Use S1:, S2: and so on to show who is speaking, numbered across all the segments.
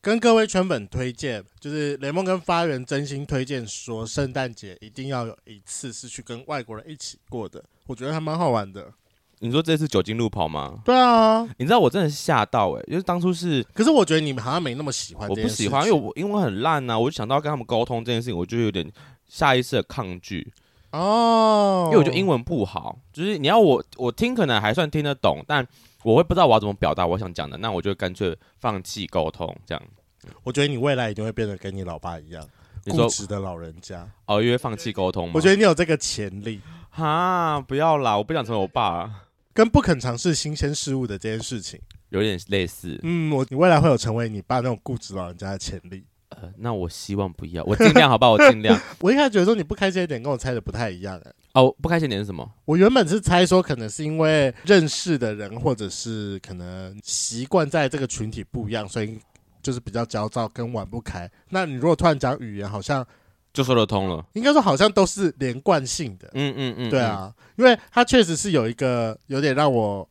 S1: 跟各位圈粉推荐，就是雷梦跟发源真心推荐说，圣诞节一定要有一次是去跟外国人一起过的，我觉得还蛮好玩的。
S2: 你说这次酒精路跑吗？
S1: 对啊，
S2: 你知道我真的是吓到哎、欸，就是当初是
S1: 可是我觉得你们好像没那么喜欢
S2: 我
S1: 啊这
S2: 不
S1: 件事情，
S2: 喜欢，因为我英文很烂啊呐、我就想到跟他们沟通这件事情，我就有点下意识的抗拒，
S1: 哦，
S2: 因为我觉得英文不好，就是你要我我听可能还算听得懂，但我会不知道我要怎么表达我想讲的，那我就干脆放弃沟通这样。
S1: 我觉得你未来一定会变得跟你老爸一样
S2: 你
S1: 固
S2: 说
S1: 执的老人家。
S2: 哦，因为放弃沟通吗？
S1: 我觉得你有这个潜力，
S2: 哈，不要啦，我不想成为我爸，
S1: 跟不肯尝试新鲜事物的这件事情，
S2: 有点类似。
S1: 嗯，我你未来会有成为你爸那种固执老人家的潜力。
S2: 呃，那我希望不要，我尽量好吧，我尽量。
S1: 我一开始觉得说你不开心的点跟我猜的不太一样、欸，
S2: 哦，不开心点是什么？
S1: 我原本是猜说可能是因为认识的人或者是可能习惯在这个群体不一样，所以就是比较焦躁跟玩不开。那你如果突然讲语言，好像
S2: 就说得通了。
S1: 应该说好像都是连贯性的，
S2: 嗯嗯嗯，
S1: 对啊，因为它确实是有一个有点让我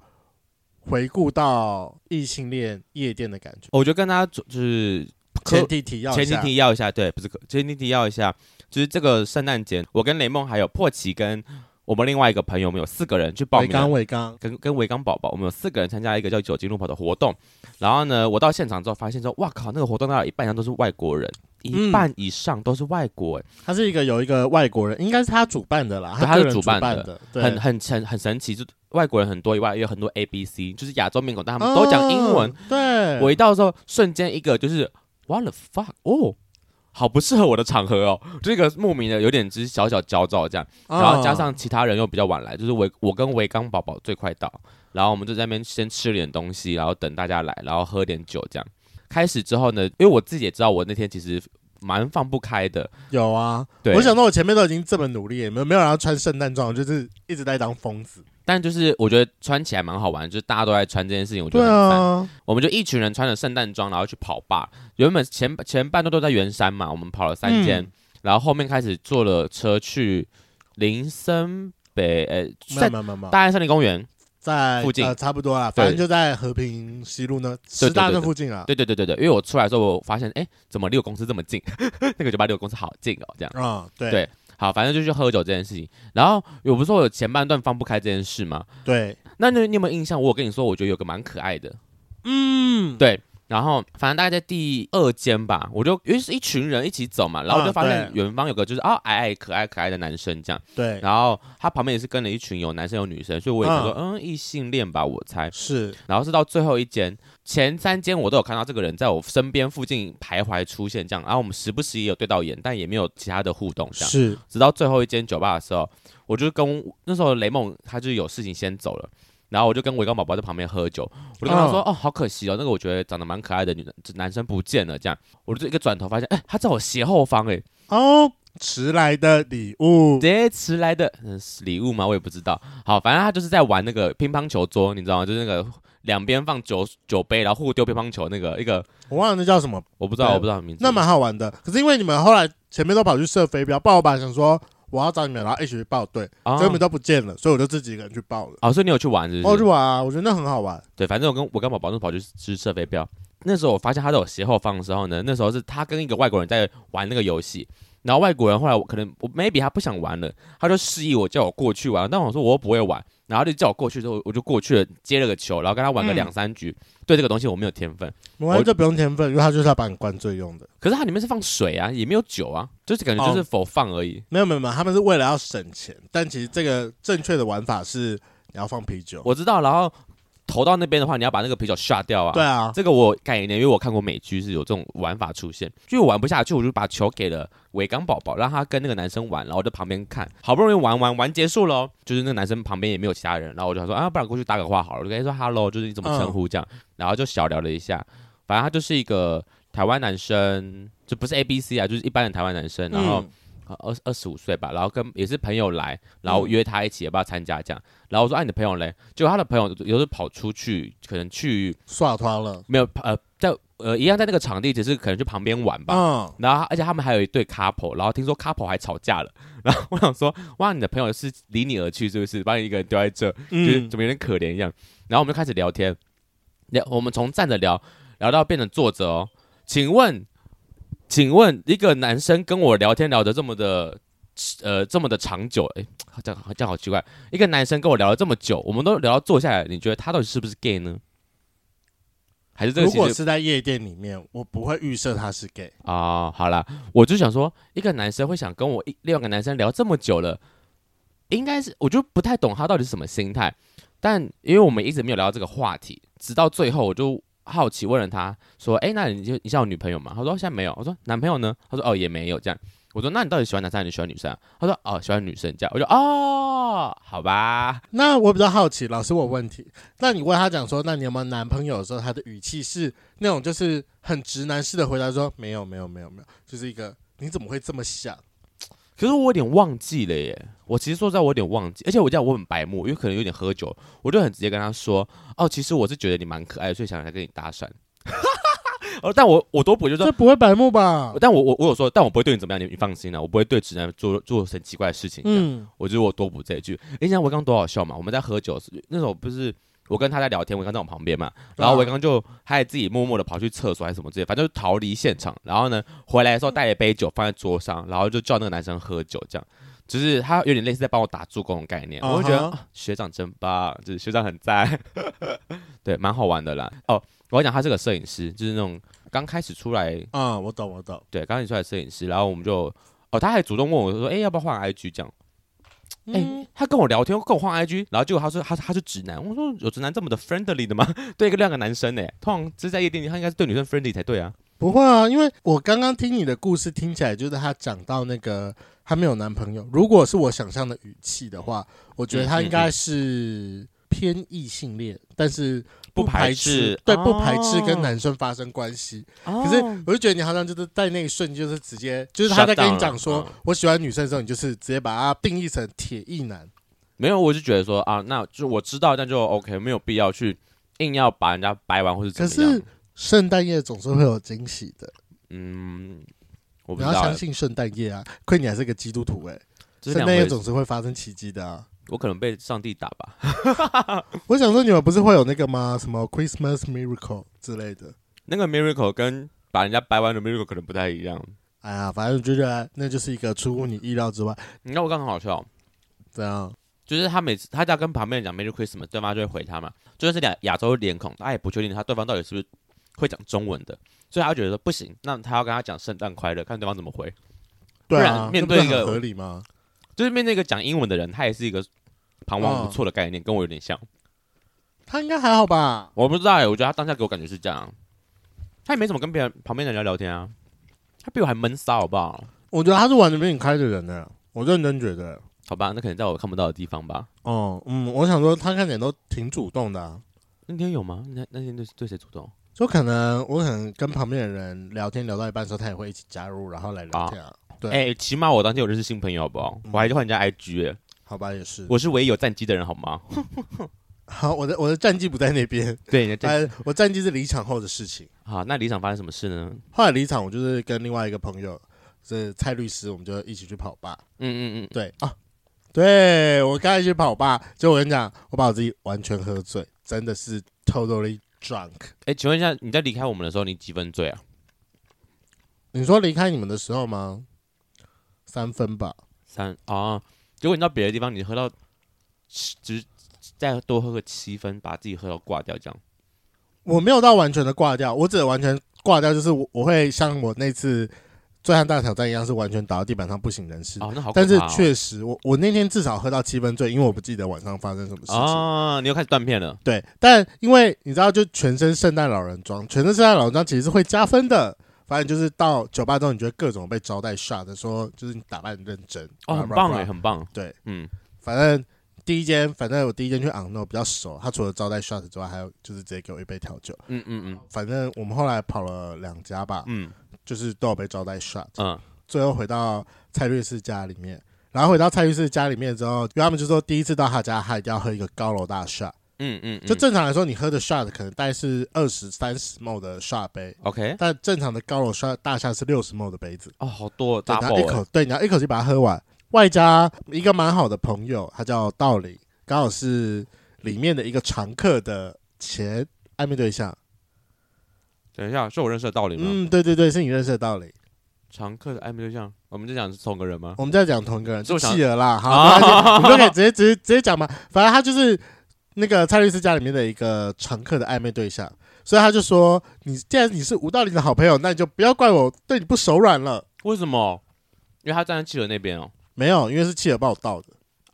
S1: 回顾到异性恋夜店的感觉。
S2: 嗯，我觉得跟大家就是
S1: 前提提要一
S2: 哦前提
S1: 下
S2: 提要一下，对，不是可前提提要一下，就是这个圣诞节，我跟雷梦还有破奇跟我们另外一个朋友，我们有四个人去报
S1: 伟
S2: 名
S1: 刚
S2: 了。
S1: 伟刚，
S2: 跟跟维刚宝宝，我们有四个人参加一个叫“酒精路跑”的活动，然后呢，我到现场之后发现说，哇靠，那个活动大概有一半以上都是外国人，一
S1: 嗯
S2: 半以上都是外国、欸，
S1: 他是一个有一个外国人，应该是他主办的啦，
S2: 对
S1: 他个人
S2: 他是主办
S1: 办
S2: 的
S1: 的，对，
S2: 很很神很神奇，就外国人很多以外，也有很多 A B C，就是亚洲面孔，但他们都讲英文。
S1: 哦，对，
S2: 我一到的时候，瞬间一个就是 What the fuck 哦，好不适合我的场合哦，这个莫名的有点只是小小焦躁这样，
S1: 啊
S2: 然后
S1: 哦
S2: 加上其他人又比较晚来，就是我我跟维刚宝宝最快到，然后我们就在那边先吃点东西，然后等大家来，然后喝点酒这样。开始之后呢，因为我自己也知道，我那天其实蛮放不开的，
S1: 有啊，
S2: 对
S1: 我想到我前面都已经这么努力，没有没有人要穿圣诞装，我就是一直在当疯子。
S2: 但就是我觉得穿起来蛮好玩，就是大家都在穿这件事情，我觉
S1: 对
S2: 得很赞。
S1: 啊，
S2: 我们就一群人穿着圣诞装，然后去跑吧。原本前前半段都在圆山嘛，我们跑了三间，
S1: 嗯
S2: 然后后面开始坐了车去林森北，呃、
S1: 没有
S2: 在
S1: 没有没有没有，
S2: 大安森林公园。
S1: 在
S2: 附近
S1: 呃差不多啦，
S2: 对
S1: 反正就在和平西路呢，师大那附近啊。
S2: 对对对对对，因为我出来的时候，我发现哎，怎么离我公司这么近？ 那个酒吧离我公司好近哦，这样。
S1: 啊，对
S2: 对好，反正就去喝酒这件事情。然后我不是说我前半段放不开这件事吗？
S1: 对，
S2: 那你你有没有印象？我有跟你说，我觉得有个蛮可爱的，
S1: 嗯，
S2: 对。然后反正大概在第二间吧，我就因为是一群人一起走嘛，然后我就发现
S1: 啊
S2: 远方有个就是啊矮矮可爱可爱的男生这样，
S1: 对，
S2: 然后他旁边也是跟了一群有男生有女生，所以我也想说，嗯，异性恋吧，我猜。
S1: 是
S2: 然后是到最后一间，前三间我都有看到这个人在我身边附近徘徊出现这样，然后我们时不时也有对到眼，但也没有其他的互动这样。
S1: 是，
S2: 直到最后一间酒吧的时候，我就跟那时候雷梦他就是有事情先走了，然后我就跟维刚宝宝在旁边喝酒，我就跟他说：“哦，好可惜哦，那个我觉得长得蛮可爱的女男生不见了。”这样，我就一个转头发现，哎、他在我斜后方、哎，
S1: 哦，迟来的礼物
S2: 直，接迟来的嗯是礼物吗？我也不知道。好，反正他就是在玩那个乒乓球桌，你知道吗？就是那个两边放酒酒杯，然后互丢乒乓球那个一个，
S1: 我忘了那叫什么，
S2: 我不知道，
S1: 对
S2: 我不知道名字。
S1: 那蛮好玩的。可是因为你们后来前面都跑去射飞镖，报我吧想说我要找你们，然后一起去报队，
S2: 啊
S1: 结果你们都不见了，所以我就自己一个人去报了。
S2: 哦，所以你有去玩是不
S1: 哦，去
S2: 是？
S1: 玩啊，我觉得那很好玩。
S2: 对，反正我跟我跟宝宝那跑去吃射飞镖。那时候我发现他在我斜后方的时候呢，那时候是他跟一个外国人在玩那个游戏，然后外国人后来我可能我 maybe 他不想玩了，他就示意我叫我过去玩，但我说我又不会玩，然后他就叫我过去之后我就过去了，接了个球，然后跟他玩个
S1: 嗯
S2: 两三局，对这个东西我没有天分。
S1: 没关系，这不用天分，因为他就是要把你灌醉用的。
S2: 可是它里面是放水啊，也没有酒啊，就是感觉就是否放而已。
S1: 没有没有没有，他们是为了要省钱，但其实这个正确的玩法是你要放啤酒。
S2: 我知道，然后投到那边的话，你要把那个啤酒刷掉啊。
S1: 对啊，
S2: 这个我有概念，因为我看过美剧是有这种玩法出现，因为我玩不下去，我就把球给了维刚宝宝，让他跟那个男生玩，然后我在旁边看，好不容易玩玩玩结束喽，就是那个男生旁边也没有其他人，然后我就想说啊，不然过去搭个话好了，我就跟他说 hello，就是你怎么称呼这样，然后就小聊了一下，反正他就是一个台湾男生，就不是 A B C 啊，就是一般的台湾男生，然后
S1: 嗯
S2: 二二十五岁吧，然后跟也是朋友来，然后约他一起要不要参加这样，然后我说啊你的朋友嘞，结果他的朋友有时候跑出去，可能去
S1: 耍团了，
S2: 没有呃在呃一样在那个场地，只是可能去旁边玩吧，
S1: 嗯，
S2: 然后他，而且他们还有一对 couple，然后听说 couple 还吵架了。 然后我想说，哇，你的朋友是离你而去，是不是？把你一个人丢在这，就是
S1: 嗯
S2: 怎么有点可怜一样。然后我们就开始聊天，聊我们从站着聊，聊到变成坐着哦。请问，请问一个男生跟我聊天聊得这么的，呃，这么的长久，哎，这样这样好奇怪。一个男生跟我聊了这么久，我们都聊到坐下来，你觉得他到底是不是 gay 呢？还是这个
S1: 如
S2: 其实
S1: 果是在夜店里面，我不会预设他是 gay。
S2: 哦，好啦，我就想说，一个男生会想跟我一另外一个男生聊这么久了，应该是我就不太懂他到底是什么心态。但因为我们一直没有聊到这个话题，直到最后我就好奇问了他说：“哎、那你就你现在有女朋友吗？”他说：“哦现在没有。”我说：“男朋友呢？”他说：“哦，也没有。”这样，我说：“那你到底喜欢男生还是喜欢女生啊、他说：“哦，喜欢女生。”这样，我就哦，好吧，
S1: 那我比较好奇，老师，我有问题，那你问他讲说，那你有没有男朋友的时候，他的语气是那种就是很直男式的回答说，没有，没有，没有，没有，就是一个你怎么会这么想？
S2: 可是我有点忘记了耶，我其实说实在，我有点忘记，而且我这样我很白目，因为可能有点喝酒，我就很直接跟他说，哦，其实我是觉得你蛮可爱的，所以想来跟你搭讪。 哦，但我我多补就说
S1: 这，不会白目吧？
S2: 但我我我有说，但我不会对你怎么样，你你放心啊啦，我不会对直男做做很奇怪的事情。嗯，
S1: 嗯
S2: 我觉得我多补这一句。诶你想我刚多好笑嘛？我们在喝酒时那时候不是我跟他在聊天，我刚在我旁边嘛，然后
S1: 对啊
S2: 我刚就他也自己默默的跑去厕所还是什么之类，反正就逃离现场。然后呢，回来的时候带了一杯酒放在桌上，然后就叫那个男生喝酒，这样就是他有点类似在帮我打助攻的概念。我就觉得、
S1: 嗯哼
S2: 啊学长真棒，就是学长很赞， 对，蛮好玩的啦。哦，我要讲他这个摄影师，就是那种刚开始出来
S1: 嗯，我懂，我懂。
S2: 对，刚刚你出来摄影师，然后我们就，哦，他还主动问我说，哎、要不要换 IG 这样？
S1: 嗯
S2: 哎、他跟我聊天，跟我换 IG，然后结果他说他他是直男，我说有直男这么的 friendly 的吗？ 对一个两个男生呢、通常是在夜店里，他应该是对女生 friendly 才对啊。
S1: 不会啊，因为我刚刚听你的故事，听起来就是她讲到那个她没有男朋友。如果是我想象的语气的话，我觉得
S2: 嗯
S1: 她应该是偏异性恋，但是
S2: 不排
S1: 排
S2: 斥
S1: 对，
S2: 哦
S1: 不排斥跟男生发生关系。
S2: 可
S1: 可是我就觉得你好像就是在那一瞬间，就是直接，就是他在跟
S2: Shut down
S1: 你讲说
S2: 了嗯
S1: 我喜欢女生的时候，你就是直接把它定义成铁意男。
S2: 没有，我就觉得说啊，那就我知道，那就 OK，没有必要去硬要把人家掰完或是怎
S1: 可
S2: 么样。
S1: 是圣诞夜总是会有惊喜的，
S2: 嗯，我不
S1: 你要
S2: 知道
S1: 相
S2: 欸，
S1: 信圣诞夜啊！亏你还是个基督徒哎、
S2: 这是
S1: 圣
S2: 两
S1: 诞夜
S2: 回
S1: 总是会发生奇迹的啊！
S2: 我可能被上帝打吧。
S1: 我想说，你们不是会有那个吗？什么 Christmas Miracle 之类的？
S2: 那个 miracle 跟把人家掰弯的 miracle 可能不太一样。
S1: 哎呀，反正我就觉得那就是一个出乎你意料之外。
S2: 你看我刚刚很好笑，
S1: 这样，
S2: 就是他每次他只要跟旁边人讲 Merry Christmas，对方就会回他嘛，就是两亚洲脸孔，他也不确定他对方到底是不是会讲中文的，所以他就觉得说不行，那他要跟他讲圣诞快乐，看对方怎么回。
S1: 对
S2: 不
S1: 啊，
S2: 然面对一
S1: 那
S2: 个
S1: 不是很合理吗？
S2: 就是面对一个讲英文的人，他也是一个彷徨不错的概念，跟我有点像。
S1: 他应该还好吧？
S2: 我不知道哎、我觉得他当下给我感觉是这样，啊他也没怎么跟别人旁边的人聊聊天啊，他比我还闷骚，好不好？
S1: 我觉得他是玩的比你开的人呢、我认真觉得。
S2: 好吧，那可能在我看不到的地方吧。
S1: 哦，嗯，我想说他看起来都挺主动的、啊，
S2: 那天有吗？那那天对对谁主动？
S1: 就可能我可能跟旁边的人聊天聊到一半的时候，他也会一起加入，然后来聊天啊。对，
S2: 哎、起码我当天有认识新朋友，好不好？
S1: 嗯
S2: 我还去换人家 IG，、欸、
S1: 好吧，也是。
S2: 我是唯一有战绩的人，好吗？
S1: 好，我的我的战绩不在那边，
S2: 对，你的战绩
S1: 哎，我战绩是离场后的事情。
S2: 好，那离场发生什么事呢？
S1: 后来离场，我就是跟另外一个朋友，是蔡律师，我们就一起去跑吧。
S2: 嗯嗯嗯，
S1: 对啊，对我刚才去跑吧，就我跟你讲，我把我自己完全喝醉，真的是 totally drunk。
S2: 哎、请问一下，你在离开我们的时候，你几分醉啊？
S1: 你说离开你们的时候吗？三分吧。
S2: 三啊，结果你到别的地方，你喝到七，只再多喝个七分，把自己喝到挂掉，这样。
S1: 我没有到完全的挂掉，我只完全挂掉，就是我我会像我那次醉汉大挑战一样，是完全倒到地板上不省人事。
S2: 哦，那好可怕
S1: 但
S2: 哦、
S1: 是确实，我我那天至少喝到七分醉，因为我不记得晚上发生什么事情。
S2: 啊，你又开始断片了。
S1: 对，但因为你知道，就全身圣诞老人装，全身圣诞老人装其实是会加分的。反正就是到酒吧之后，你觉得各种被招待 shot 的，说就是你打扮很认真
S2: 哦，
S1: blah
S2: 很
S1: blah
S2: 棒
S1: blah
S2: 哎，很棒。
S1: 对，
S2: 嗯，
S1: 反正第一间，反正我第一间去 Unknown 比较熟，他除了招待 shot 之外，还有就是直接给我一杯调酒。
S2: 嗯嗯
S1: 反正我们后来跑了两家吧，
S2: 嗯
S1: 就是都有被招待 shot。
S2: 嗯嗯，
S1: 最后回到蔡律师家里面，然后回到蔡律师家里面之后，因为他们就说第一次到他家，他一定要喝一个高楼大 shot。
S2: 嗯嗯，
S1: 就正常来说，你喝的 shot 可能大概是二十三十 ml 的 shot 杯，
S2: OK，
S1: 但正常的高楼 shot 大 shot 是六十 ml 的杯子。
S2: 哦，好多欸
S1: 对，
S2: 大
S1: 然后一
S2: 爆
S1: 口对，你要一口气把它喝完。外加一个蛮好的朋友，他叫道理，刚好是里面的一个常客的前暧昧对象。
S2: 等一下，是我认识的道理吗？
S1: 嗯，对对对，是你认识的道理。
S2: 常客的暧昧对象，我们就讲是同个人吗？
S1: 我们在讲同一个人，
S2: 这
S1: 就
S2: 我想
S1: 企鹅啦，好，
S2: 啊
S1: 没关系我 们就可以直接直接直接讲嘛。反正他就是那个蔡律师家里面的一个常客的暧昧对象，所以他就说：“你既然你是吴道林的好朋友，那你就不要怪我对你不手软了。
S2: 为什么？因为他站在企鹅那边哦。”
S1: 没有，因为是企鹅帮我倒的。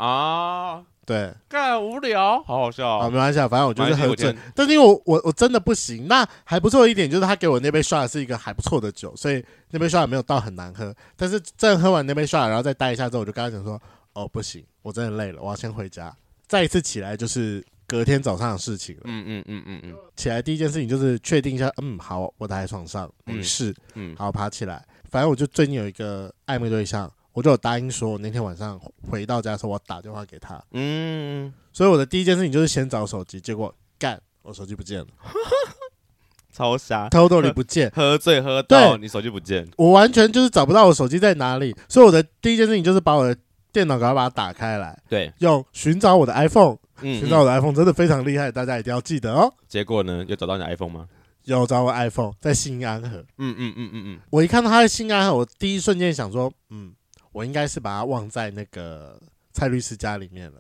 S2: 啊，
S1: 对，
S2: 干无聊，好好笑
S1: 啊，
S2: 哦。
S1: 没关系，啊，反正我就是喝
S2: 没关
S1: 醉
S2: 系我。
S1: 但是因为我我我真的不行，那还不错的一点就是他给我那杯刷的是一个还不错的酒，所以那杯刷没有到很难喝。但是正喝完那杯刷，然后再待一下之后，我就跟他讲说，哦，不行，我真的累了，我要先回家。再一次起来就是隔天早上的事情了。
S2: 嗯嗯嗯嗯嗯
S1: 起来第一件事情就是确定一下，嗯，好，我躺在床上，没
S2: 嗯
S1: 事，
S2: 嗯，
S1: 好，爬起来。反正我就最近有一个暧昧对象，我就有答应说，我那天晚上回到家的时候，我打电话给他。
S2: 嗯，
S1: 所以我的第一件事情就是先找手机，结果干，我手机不 见了
S2: 超傻，
S1: ，totally 不见，
S2: 喝醉喝到
S1: 对
S2: 你手机不见，
S1: 我完全就是找不到我手机在哪里。所以我的第一件事情就是把我的电脑赶快把它打开来，
S2: 对，
S1: 用寻找我的 iPhone，
S2: 嗯
S1: 寻，找我的 iPhone 真的非常厉害，大家一定要记得哦。
S2: 结果呢，又找到你 iPhone 吗？
S1: 有找我 iPhone 在新安河，
S2: 嗯嗯嗯嗯
S1: 我一看到他在新安河，我第一瞬间想说，嗯，我应该是把它忘在那个蔡律师家里面了，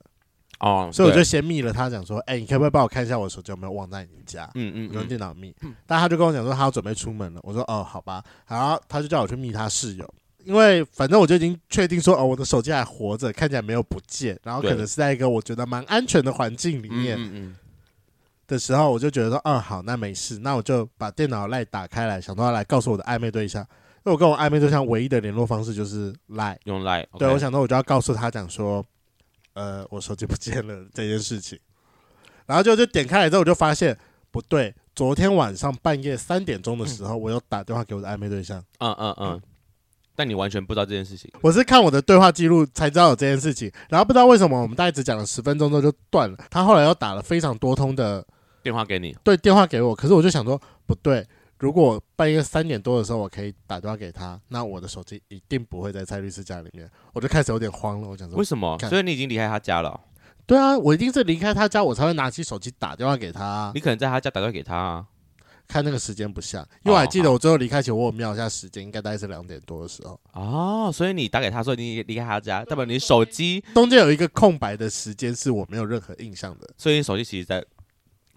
S2: 嗯，哦，
S1: 所以我就
S2: 对，
S1: 先密了他，讲说，哎、你可不可以帮我看一下我手机有没有忘在你家？
S2: 嗯嗯
S1: 我就用
S2: 嗯，
S1: 电脑密，但他就跟我讲说他要准备出门了，我说哦好吧，然后他就叫我去密他室友，因为反正我就已经确定说哦我的手机还活着，看起来没有不见，然后可
S2: 对
S1: 能是在一个我觉得蛮安全的环境里
S2: 嗯
S1: 面
S2: 嗯嗯，
S1: 的时候，我就觉得说嗯好那没事，那我就把电脑赖打开来，想到要来告诉我的暧昧对象，因为我跟我暧昧对象唯一的联络方式就是赖，
S2: 用 Line，
S1: 对我想到我就要告诉他讲说，呃我手机不见了这件事情，然后就就点开来之后我就发现不对，昨天晚上半夜三点钟的时候，我有打电话给我的暧昧对象，
S2: 嗯嗯嗯，但你完全不知道这件事情，
S1: 我是看我的对话记录才知道有这件事情，然后不知道为什么我们大概只讲了十分钟之后就断了，他后来又打了非常多通的
S2: 电话给你，
S1: 对电话给我，可是我就想说不对。如果半夜三点多的时候，我可以打电话给他，那我的手机一定不会在蔡律师家里面。我就开始有点慌了，我想说
S2: 为，什么？
S1: 看
S2: 所以你已经离开他家了哦，
S1: 对啊，我一定是离开他家，我才会拿起手机打电话给他啊、
S2: 你可能在他家打电话给他啊，
S1: 看那个时间不像，因为我还
S2: 哦
S1: 记得我最后离开前，我有瞄一下时间，应该大概是两点多的时候，
S2: 哦，所以你打给他说你离开他家，代表你手机，
S1: 中间有一个空白的时间是我没有任何印象的，
S2: 所以你手机其实在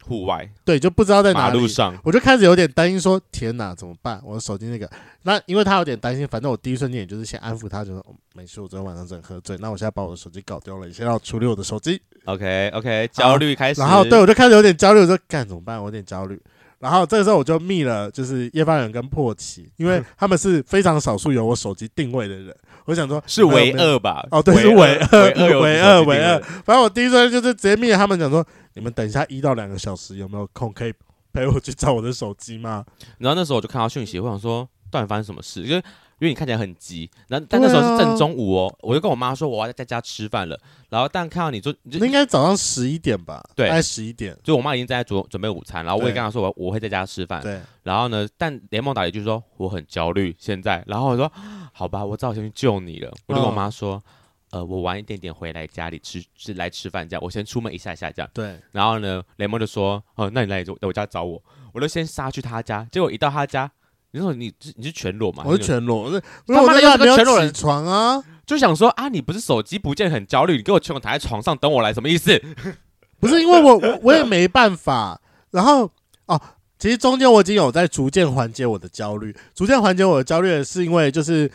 S2: 户外
S1: 对，就不知道在哪
S2: 马
S1: 里
S2: 路。上，
S1: 我就开始有点担心，说天哪，怎么办？我的手机那个，那因为他有点担心，反正我第一瞬间也就是先安抚他，就说、哦没事，我昨天晚上真的喝醉，那我现在把我的手机搞丢了，你先让我处理我的手机。
S2: OK OK，焦虑开始。
S1: 然后对我就开始有点焦虑，我说干怎么办？我有点焦虑。然后这个时候我就密了，就是叶凡人跟破奇，因 为他们是非常少数有我手机定位的人。我想说哎
S2: 是唯。
S1: 你们有没有
S2: 二吧？
S1: 哦对是
S2: 唯
S1: 唯二
S2: 二，
S1: 唯
S2: 唯
S1: 二
S2: 有
S1: 唯二
S2: 手机定位
S1: 反正我第一瞬间就是直接密了他们，讲说你们等一下一到两个小时有没有空可以陪我去找我的手机吗？
S2: 然后那时候我就看到讯息，我想说，到底发生什么事？因为因为你看起来很急，然后但
S1: 啊
S2: 那时候是正中午哦，我就跟我妈说我要在家吃饭了。然后但看到你就你
S1: 那
S2: 就
S1: 应该早上十一点吧？
S2: 对
S1: 大概十一点。
S2: 就我妈已经在准准备午餐，然后我也
S1: 对
S2: 跟她说我我会在家吃饭。
S1: 对，
S2: 然后呢，但联盟打了一句说我很焦虑现在，然后我说好吧，我只好先去救你了。我就跟我妈说，
S1: 嗯
S2: 呃，我晚一点点回来家里吃吃来吃饭这样，我先出门一下下这样。
S1: 对，
S2: 然后呢，雷蒙就说：“哦，那你来我我家找我。”我就先杀去他家，结果一到他家，你说你你是全裸嘛？
S1: 我是
S2: 就
S1: 全裸，我是因为
S2: 他
S1: 我
S2: 妈
S1: 那
S2: 的
S1: 个
S2: 又
S1: 还
S2: 是个
S1: 没有
S2: 全裸人
S1: 起床啊，
S2: 就想说啊，你不是手机不见很焦虑，你给我全裸躺在床上等我来，什么意思？
S1: 不是因为我我我也没办法。然后哦，其实中间我已经有在逐渐缓解我的焦虑，逐渐缓解我的焦虑的是因为就是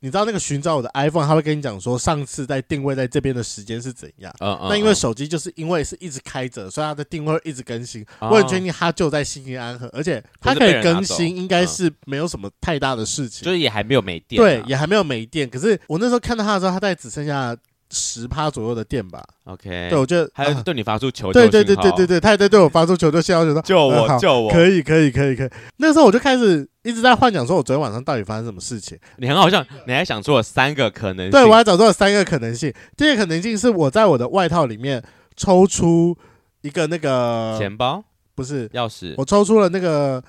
S1: 你知道那个寻找我的 iPhone，他会跟你讲说上次在定位在这边的时间是怎样。
S2: 嗯嗯
S1: 那因为手机就是因为是一直开着，所以它的定位会一直更新。
S2: 哦
S1: 我很确定它就在新安河，而且它可以更新，应该是没有什么太大的事情。
S2: 就是也还没有没电、啊
S1: 对，也还没有没电。可是我那时候看到他的时候，他大概只剩下十趴左右的电吧。
S2: OK，
S1: 对，我觉得
S2: 哎还有
S1: 啊
S2: 对你发出求救
S1: 对
S2: 信号，
S1: 对对对对对，他也在对我发出求救信号，我就说
S2: 救
S1: 嗯
S2: 我
S1: 好
S2: 救我！
S1: 可以可以可以可以。那时候我就开始一直在幻想，说我昨天晚上到底发生什么事情。
S2: 你很好像你还想出了三个可能性，
S1: 对我还找到了三个可能性。第一个可能性是我在我的外套里面抽出一个那个
S2: 钱包、
S1: 不是，
S2: 钥匙，
S1: 我抽出了那个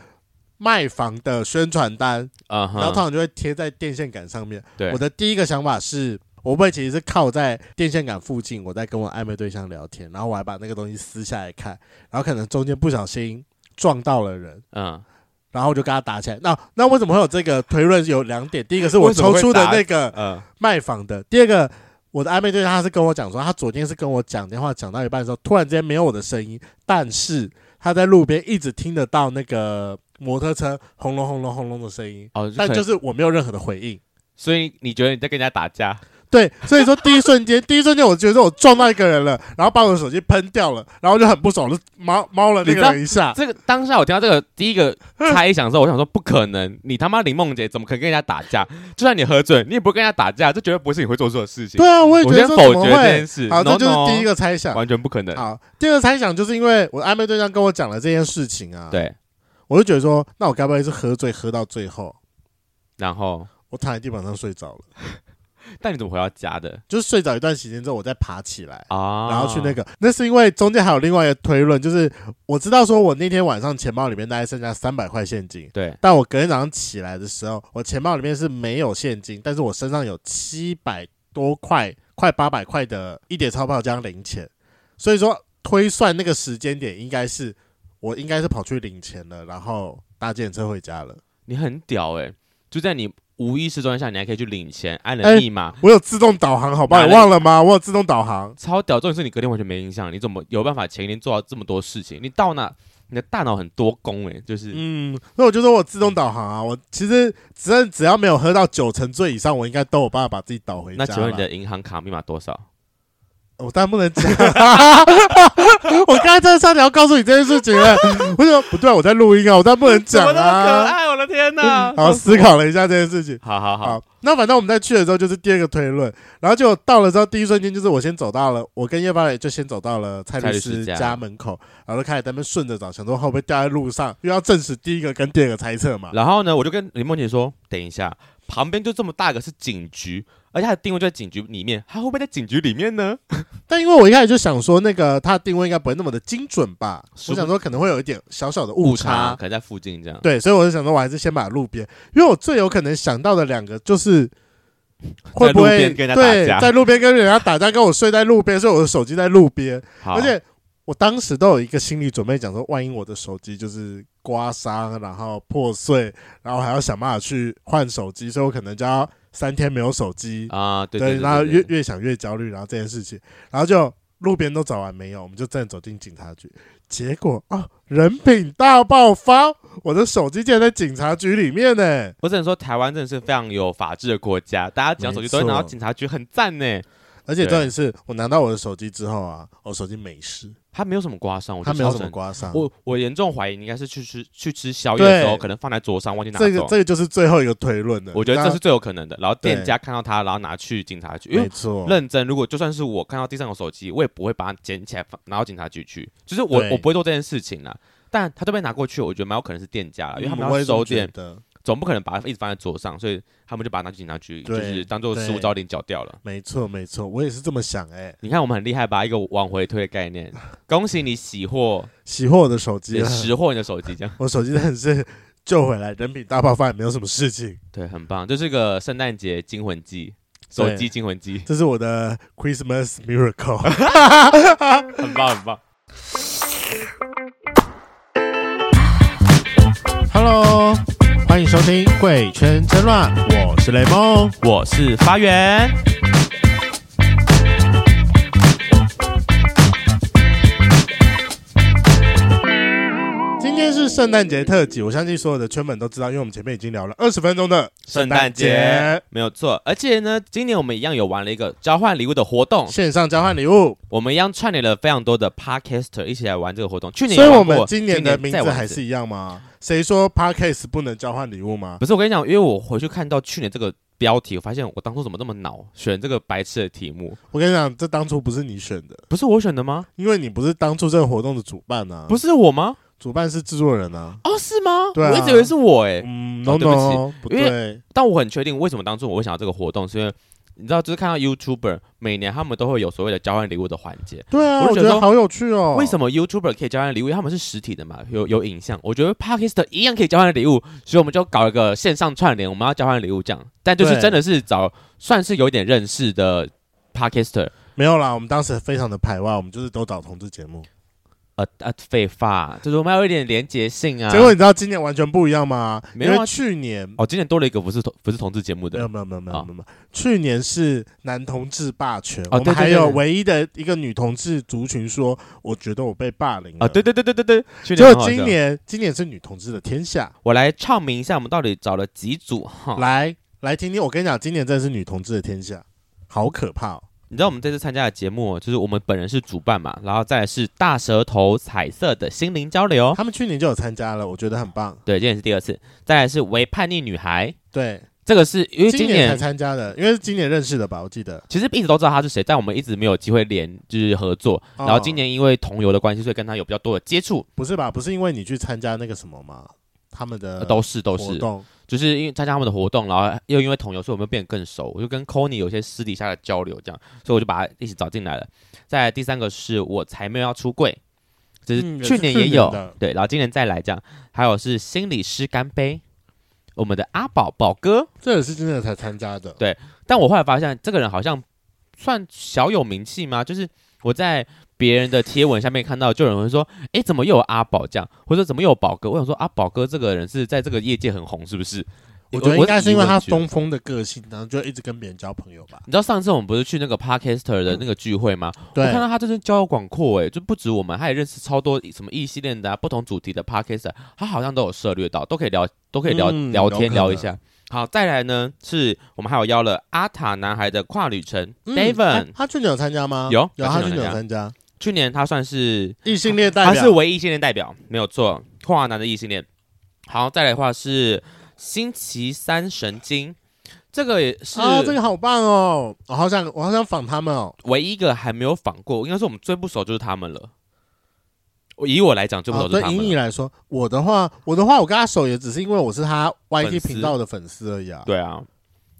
S1: 卖房的宣传单，
S2: 嗯
S1: 然后
S2: 哼，
S1: 通常就会贴在电线杆上面。
S2: 对
S1: 我，的第一个想法是。我会不会其实是靠在电线杆附近，我在跟我暧昧对象聊天，然后我还把那个东西撕下来看，然后可能中间不小心撞到了人，
S2: 嗯，
S1: 然后我就跟他打起来。那那为什么会有这个推论？有两点，第一个是我
S2: 为什么
S1: 抽
S2: 会
S1: 出的
S2: 打
S1: 那个
S2: 嗯，
S1: 卖房的，第二个我的暧昧对象他是跟我讲说，他昨天是跟我讲电话讲到一半的时候，突然之间没有我的声音，但是他在路边一直听得到那个摩托车轰隆轰隆轰隆的声音，
S2: 哦，
S1: 但
S2: 可
S1: 就
S2: 能
S1: 是我没有任何的回应。
S2: 所以你觉得你在跟人家打架？
S1: 对，所以说第一瞬间，第一瞬间我觉得我撞到一个人了，然后把我的手机喷掉了，然后我就很不爽，我就猫猫了那个人一下。
S2: 这个当下我听到这个第一个猜想的时候，我想说不可能，你他妈林梦洁怎么可能跟人家打架？ 就算你喝醉，你也不会跟人家打架，这绝对不是你会做出的事情。
S1: 对啊，我也
S2: 我
S1: 觉得
S2: 先
S1: 说
S2: 否
S1: 怎么
S2: 决这件
S1: 会？
S2: 事，
S1: 好，这
S2: no，
S1: 就是第一
S2: no，
S1: 个猜想。
S2: 完全不可能。
S1: 好，第二个猜想就是因为我的暧昧对象跟我讲了这件事情啊，，
S2: 对，
S1: 我就觉得说，那我该不会是喝醉喝到最后，
S2: 然后，
S1: 我躺在地板上睡着了，
S2: 但你怎么回到家的
S1: 就是睡着一段时间之后，我再爬起来。
S2: 啊？
S1: 然后去那个，那是因为中间还有另外一个推论，就是我知道说我那天晚上钱包里面大概剩下三百块现金，
S2: 对，
S1: 但我隔天早上起来的时候，我钱包里面是没有现金，但是我身上有七百多块，快八百块的一叠钞票加上零钱，所以说推算那个时间点应该是我应该是跑去领钱了，然后搭计程车回家了。
S2: 你很屌哎、就在你无意识状态下，你还可以去领钱，按了
S1: 哎
S2: 密码，
S1: 我有自动导航，好不好？
S2: 哪
S1: 你
S2: 里
S1: 忘了吗？我有自动导航。
S2: 超屌。重点是你隔天完全没印象，你怎么有办法前一天做到这么多事情？你到那，你的大脑很多功哎、就是、
S1: 嗯，所以我就说我自动导航啊，我其实只要只要没有喝到九成醉以上，我应该都有办法把自己导回家
S2: 那
S1: 啦。
S2: 请问你的银行卡密码多少？
S1: 我当然不能讲， 我刚才真的差点要告诉你这件事情了。 我就说不对啊，我在录音啊，我当然不能
S2: 怎
S1: 讲
S2: 么那么可
S1: 啊。
S2: 爱？我的天哪！
S1: 好，思考了一下这件事情。
S2: 好好好
S1: 好，那反正我们在去的时候就是第二个推论，然后就到了之后，第一瞬间就是我先走到了，我跟叶发也就先走到了蔡
S2: 蔡
S1: 律
S2: 律师
S1: 师
S2: 家
S1: 家门口，然后就开始在那边顺着找，想说会不会掉在路上，又要证实第一个跟第二个猜测嘛。
S2: 然后呢，我就跟林梦姐说，等一下，旁边就这么大个是警局，而且它的定位就在警局里面，它会不会在警局里面呢？
S1: 但因为我一开始就想说，那个它的定位应该不会那么的精准吧，
S2: 是
S1: 我想说可能会有一点小小的误差
S2: 可能在附近这样。
S1: 对，所以我就想说，我还是先把路边，因为我最有可能想到的两个就是会不
S2: 在路
S1: 会
S2: 边跟人家打
S1: 对
S2: 架
S1: 在路边跟人家打架，跟我睡在路边，所以我的手机在路边，
S2: 好，
S1: 而且我当时都有一个心理准备，讲说万一我的手机就是刮伤，然后破碎，然后还要想办法去换手机，所以我可能就要三天没有手机，
S2: 啊，对对，
S1: 然后
S2: 对
S1: 越越想越焦虑，然后这件事情，然后就路边都找完没有，我们就真的走进警察局，结果啊、人品大爆发，我的手机竟然在警察局里面呢。
S2: 我只能说，台湾真的是非常有法治的国家，大家讲手机都会
S1: 没错
S2: 拿到警察局，很赞呢。
S1: 而且
S2: 对
S1: 重点是我拿到我的手机之后啊，我手机没事，
S2: 他没有什么刮伤，我觉
S1: 它
S2: 得
S1: 没有
S2: 超
S1: 什么
S2: 神。
S1: 刮伤。
S2: 我我严重怀疑你应该是去吃去吃宵夜的时候，
S1: 对
S2: 可能放在桌上忘记拿走。
S1: 这个这个就是最后一个推论了。
S2: 我觉得这
S1: 那
S2: 是最有可能的。然后
S1: 对
S2: 店家看到他，然后拿去警察局，因
S1: 没
S2: 为
S1: 错。
S2: 认真，如果就算是我看到地上有手机，我也不会把它捡起来放拿到警察局去，就是我
S1: 对
S2: 我不会做这件事情啦。但他这边拿过去，我觉得蛮有可能是店家啦，因为他们
S1: 嗯我
S2: 要
S1: 也这么
S2: 收
S1: 觉
S2: 店，
S1: 得
S2: 总不可能把它一直放在桌上，所以他们就把它拿去警察局，就
S1: 对
S2: 是当做
S1: 对
S2: 失物招领缴掉了。
S1: 没错没错，我也是这么想哎、
S2: 你看我们很厉害吧？一个往回推的 概念，恭喜你喜获
S1: 喜获我的手机
S2: 也哦
S1: 了，
S2: 识货你的手机，这样
S1: 我手机真的是救回来，人品大爆发也没有什么事情。
S2: 对，很棒，这是个圣诞节惊魂记，手机
S1: 对
S2: 惊魂记，
S1: 这是我的 Christmas miracle。
S2: 很棒很棒。
S1: Hello，欢迎收听《贵圈争乱》，我是雷梦。
S2: 我是发源，
S1: 今天是圣诞节特辑，我相信所有的圈粉都知道，因为我们前面已经聊了二十分钟的
S2: 圣诞节。没有错，而且呢，今年我们一样有玩了一个交换礼物的活动，
S1: 线上交换礼物，
S2: 我们一样串联了非常多的 podcaster 一起来玩这个活动。去年
S1: 所以
S2: 也玩
S1: 我
S2: 过
S1: 们今年的名
S2: 再
S1: 字
S2: 玩一
S1: 还
S2: 次
S1: 是一样吗？谁说 Parkcase 不能交换礼物吗？
S2: 不是我跟你讲，因为我回去看到去年这个标题，我发现我当初怎么那么恼，选这个白痴的题目？
S1: 我跟你讲，这当初不是你选的，
S2: 不是我选的吗？
S1: 因为你不是当初这个活动的主办啊，
S2: 不是我吗？
S1: 主办是制作人啊。
S2: 哦，是吗？
S1: 对啊
S2: 我一直以为是我哎、
S1: 嗯，no
S2: 哦对不起
S1: no，不
S2: 因为
S1: 对，
S2: 但我很确定为什么当初我会想到这个活动，是因为你知道，就是看到 YouTuber 每年他们都会有所谓的交换礼物的环节。
S1: 对啊，
S2: 我
S1: 我
S2: 就
S1: 觉
S2: 觉得
S1: 得好有趣哦。
S2: 为什么 YouTuber 可以交换礼物？因为他们是实体的嘛，有有影像。我觉得 Podcast 一样可以交换礼物，所以我们就搞一个线上串联，我们要交换礼物这样。但就是
S1: 对
S2: 真的是找算是有点认识的 Podcaster，
S1: 没有啦？我们当时非常的排外，我们就是都找同志节目。
S2: 呃呃，废话，就是我们要有一点连结性啊。
S1: 结果你知道今年完全不一样吗？
S2: 没
S1: 因
S2: 有啊
S1: 为去年
S2: 哦，今年多了一个不是同不是同志节目
S1: 没有
S2: 的，
S1: 没有没有没
S2: 啊
S1: 有没有没有，去年是男同志霸权，
S2: 哦
S1: 我
S2: 对对
S1: 们还
S2: 对
S1: 有
S2: 对
S1: 唯一的一个女同志族群说，我觉得我被霸凌了
S2: 啊，对。对对对对对，去年
S1: 就
S2: 很好笑
S1: 今年，今年是女同志的天下，
S2: 我来唱名一下，我们到底找了几组哈？
S1: 来来听听。我跟你讲，今年真的是女同志的天下，好可怕哦！
S2: 你知道我们这次参加的节目哦，就是我们本人是主办嘛，然后再来是大舌头彩色的心灵交流，
S1: 他们去年就有参加了，我觉得很棒。
S2: 对，今年是第二次，再来是为叛逆女孩，
S1: 对，
S2: 这个是因为
S1: 今
S2: 今
S1: 年才
S2: 年
S1: 参加的，因为是今年认识的吧？我记得。
S2: 其实一直都知道她是谁，但我们一直没有机会连就是合作，
S1: 哦
S2: 然后今年因为同游的关系，所以跟她有比较多的接触，
S1: 不是吧？不是因为你去参加那个什么吗？他们的
S2: 呃都是都
S1: 呃活
S2: 是，
S1: 动，
S2: 就是因为参加他们的活动，然后又因为同游，所以我们变得更熟。我就跟 Kony 有些私底下的交流，这样，所以我就把他一起找进来了。再来第三个是我才没有要出柜，只
S1: 嗯
S2: 是
S1: 也
S2: 去
S1: 是
S2: 年
S1: 去
S2: 也
S1: 年
S2: 有、
S1: 的
S2: 对，然后今年再来这样。还有是心理师干杯，我们的阿宝宝哥，
S1: 这也是今年才参加的。
S2: 但我后来发现这个人好像算小有名气吗？就是我在别人的贴文下面看到，就有人会说，诶，怎么又有阿宝这样，或者怎么又有宝哥？我想说阿宝哥这个人是在这个业界很红，是不是？
S1: 我觉得应该是因为他
S2: 我是疑问
S1: 东
S2: 句
S1: 风的个性，然后就一直跟别人交朋友吧。
S2: 你知道上次我们不是去那个 Podcaster 的那个聚会吗？我
S1: 对
S2: 看，到他真是交友广阔哎，就不止我们，他也认识超多什么异系恋的啊，不同主题的 Podcaster，他好像都有涉猎到，都可以聊，都可以聊、
S1: 嗯
S2: 聊天
S1: 有可能
S2: 聊一下。好，再来呢，是我们还有邀了阿塔男孩的跨旅程、
S1: 嗯
S2: d a v i d
S1: 他他去年有参加吗？
S2: 有
S1: 有，他
S2: 他去
S1: 去
S2: 年
S1: 年
S2: 有
S1: 有参加
S2: 去年他算是
S1: 异性恋代
S2: 他
S1: 表，
S2: 是唯一异性恋代表，没有错，跨男的异性恋。好，再来的话是星期三神经，这个也是
S1: 啊，这个好棒哦！我好想，我好想仿他们哦。
S2: 唯一一个还没有访过，应该是我们最不熟就是他们了。我以我来讲，最不
S1: 啊
S2: 熟就
S1: 对
S2: 是他
S1: 以
S2: 们
S1: 你
S2: 了。
S1: 来说，我的话，我的话，我跟他熟也只是因为我是他 YT
S2: 粉丝
S1: 频道的粉丝而已啊。
S2: 对啊，
S1: 嗯，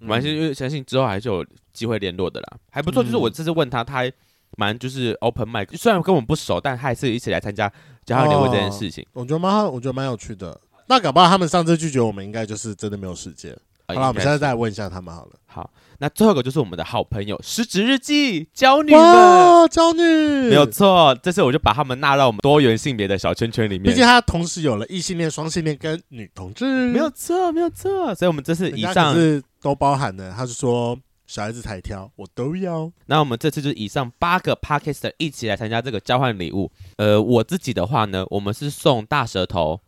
S1: 嗯
S2: 没关系，因为相信之后还是有机会联络的啦，还不错。就是我这次问他，他还蛮就是 open mic，虽然跟我们不熟，但他还是一起来参加交换联络这件事情。
S1: 我觉得蛮好，我觉得蛮有趣的。那搞不好他们上次拒绝我们，应该就是真的没有时间。
S2: 好
S1: 好了，我们现在再来问一下他们好了。
S2: 好，那最后一个就是我们的好朋友失职日记娇女们。
S1: 哇，娇女
S2: 没有错，这次我就把他们纳到我们多元性别的小圈圈里面
S1: 毕。竟他同时有了异性恋、双性恋跟女同志，
S2: 没有错，没有错。所以，我们这次
S1: 人
S2: 以
S1: 家
S2: 上
S1: 可是都包含了。他是说小孩子才挑，我都要。
S2: 那我们这次就是以上八个 podcaster 一起来参加这个交换礼物。呃，我自己的话呢，我们是送大舌头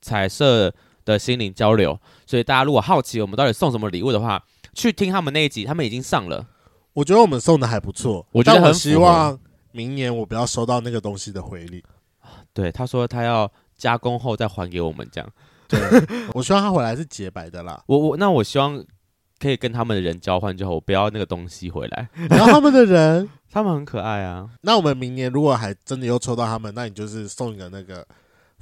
S2: 彩色的心灵交流，所以大家如果好奇我们到底送什么礼物的话，去听他们那一集，他们已经上了。
S1: 我觉得我们送的还不错，
S2: 我觉得
S1: 但
S2: 很
S1: 我
S2: 符合
S1: 希望明年我不要收到那个东西的回礼。
S2: 对，他说他要加工后再还给我们，这样。
S1: 我希望他回来是洁白的啦，
S2: 我我那我希望可以跟他们的人交换之后，我不要那个东西回来。
S1: 然后他们的人。
S2: 他们很可爱啊，
S1: 那我们明年如果还真的又抽到他们，那你就是送一个那个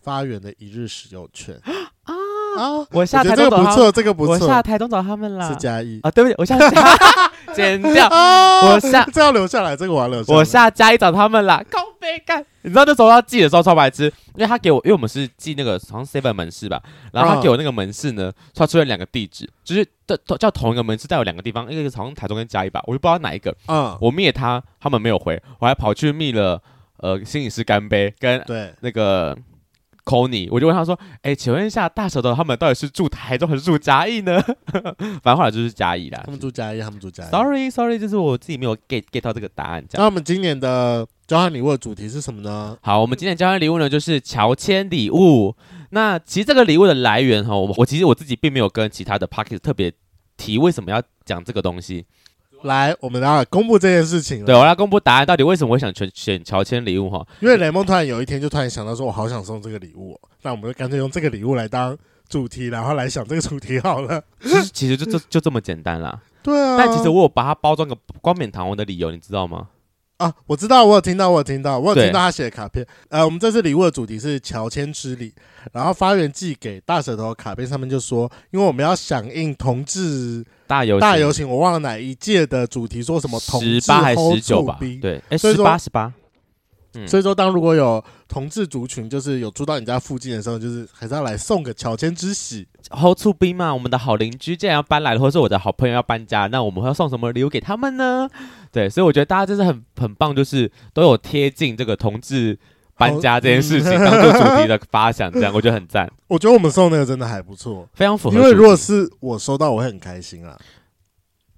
S1: 发源的一日使用 券啊啊！
S2: 我
S1: 我
S2: 下
S1: 觉得
S2: 台
S1: 这个
S2: 东找
S1: 不
S2: 他们，
S1: 错，这个不
S2: 我下
S1: 错，
S2: 台东找他们啦。
S1: 是加一。
S2: 啊，对不起，我下 剪掉。
S1: 啊
S2: 我下
S1: 这要留下来，这个我要留下来。
S2: 我下嘉义找他们啦，高杯干。你知道那时候他寄的时候超白痴，因为他给我，因为我们是寄那个好像 seven 门市吧，然后他
S1: 嗯
S2: 给我那个门市呢，他出现两个地址，就是都都叫同一个门市，但有两个地方，一个是好像台中跟嘉义吧，我就不知道哪一个。
S1: 嗯，
S2: 我密了他，他们没有回，我还跑去密了呃心理师干杯跟
S1: 对，
S2: 那个 Kony，我就问他说，哎，请问一下大舌头他们到底是住台中还是住嘉义呢？ 反正后来就是嘉义啦
S1: 他。们住加一，他们住加一。
S2: Sorry Sorry，就是我自己没有 get get 到这个答案，这样
S1: 那。我们今年的交换礼物的主题是什么呢？
S2: 好，我们今天的交换礼物呢，就是乔迁礼物。那其实这个礼物的来源哈，我我其实我自己并没有跟其他的 Pocket 特别提为什么要讲这个东西。
S1: 来，我们来公布这件事情了。
S2: 对，我要公布答案，到底为什么我想选选乔迁礼物哈？
S1: 因为雷蒙突然有一天就突然想到说，我好想送这个礼物哦、那我们就干脆用这个礼物来当主题，然后来想这个主题好了。
S2: 就是其实就就就这么简单啦。
S1: 对啊，
S2: 但其实我有把它包装个冠冕堂皇的理由，你知道吗？
S1: 啊，我知道，我有听到，我有听到，我有
S2: 对
S1: 听到他写的卡片。呃，我们这次礼物的主题是乔迁之礼，然后发源寄给大舌头的卡片上面就说，因为我们要响应同志
S2: 大游
S1: 大游行，我忘了哪一届的主题，说什么同
S2: 十
S1: 志
S2: 八还
S1: hold
S2: 十九
S1: 住
S2: 吧？
S1: 逼。
S2: 对，哎，
S1: 所以
S2: 十
S1: 说
S2: 八十八。嗯
S1: 所以说，当如果有同志族群就是有住到你家附近的时候，就是还是要来送个乔迁之喜。
S2: 后醋兵嘛，我们的好邻居既然要搬来了，或者是我的好朋友要搬家，那我们会要送什么礼物给他们呢？对，所以我觉得大家真是很很棒，就是都有贴近这个同志搬家这件事
S1: 嗯
S2: 情、当做主题的发想，这样我觉得 很赞，
S1: 我觉得我们送那个真的还不错，
S2: 非常符合
S1: 因
S2: 主题。
S1: 为如果是我收到，我会很开心啦。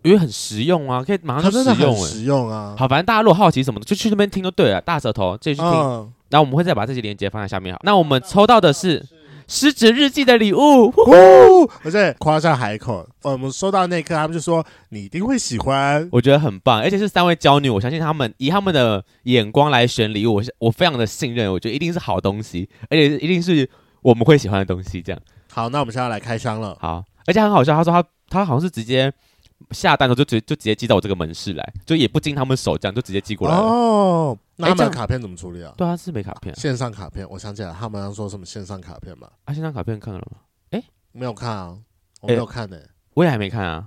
S2: 因为很实用啊，可以马
S1: 它
S2: 上就
S1: 真的
S2: 使
S1: 很
S2: 用哎、
S1: 实用啊。
S2: 好，反正大家如果好奇什么的，就去那边听就对了。大舌头，自己去听。
S1: 嗯，
S2: 那、我们会再把这些链接放在下面好。那我们抽到的是《狮子日记》的礼物，
S1: 哦，而且夸下海口，呃我们收到那一刻，他们就说你一定会喜 欢。
S2: 我觉得很棒，而且是三位娇女，我相信她们以她们的眼光来选礼物，我是我非常的信任，我觉得一定是好东西，而且一定是我们会喜欢的东西。这样
S1: 好，那我们现在来开箱了。
S2: 好，而且很好笑，她说她她好像是直接下单的时候就直接就直接寄到我这个门市来，就也不经他们手，这样就直接寄过来了。
S1: 哦，那他
S2: 哎这
S1: 们
S2: 样
S1: 的卡片怎么处理啊？
S2: 对啊，是没卡片啊，
S1: 线上卡片，我想起来，他们要说什么线上卡片吧？
S2: 啊，线上卡片看了吗？
S1: 没有看啊，我没有看呢、
S2: 我也还没看啊。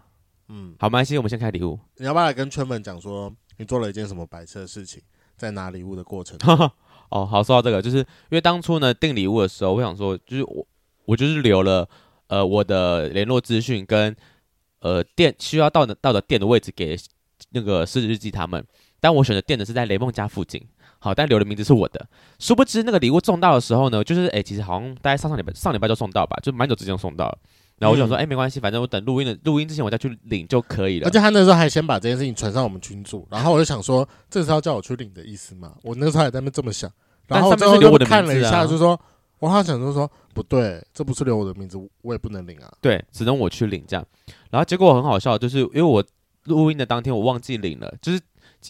S1: 嗯，
S2: 好，没关系，我们先开礼物。
S1: 你要不要来跟圈粉讲说你做了一件什么白痴的事情？在拿礼物的过程，
S2: 哦，好，说到这个，就是因为当初呢订礼物的时候，我想说，就是我我就是留了呃我的联络资讯跟呃店需要到的到的店的位置给那个狮子日记他们，但我选的店呢是在雷梦家附近。好，但留的名字是我的。殊不知那个礼物送到的时候呢，就是哎、其实好像大概上上礼拜上礼拜就送到吧，就蛮久之前就送到了。然后我就想说，
S1: 嗯
S2: 哎、没关系，反正我等录音的录音之前我再去领就可以了
S1: 而。且他那时候还先把这件事情传上我们群组，然后我就想说，这是要叫我去领的意思吗？我那时候还在那边这么想，然后
S2: 但
S1: 最
S2: 上面
S1: 后
S2: 是留我
S1: 就
S2: 的
S1: 看
S2: 名字
S1: 了
S2: 啊
S1: 一下，就说，我好想就说，不对，这不是留我的名字，我也不能领啊。
S2: 对，只能我去领这样。然后结果很好笑，就是因为我录音的当天我忘记领了，就是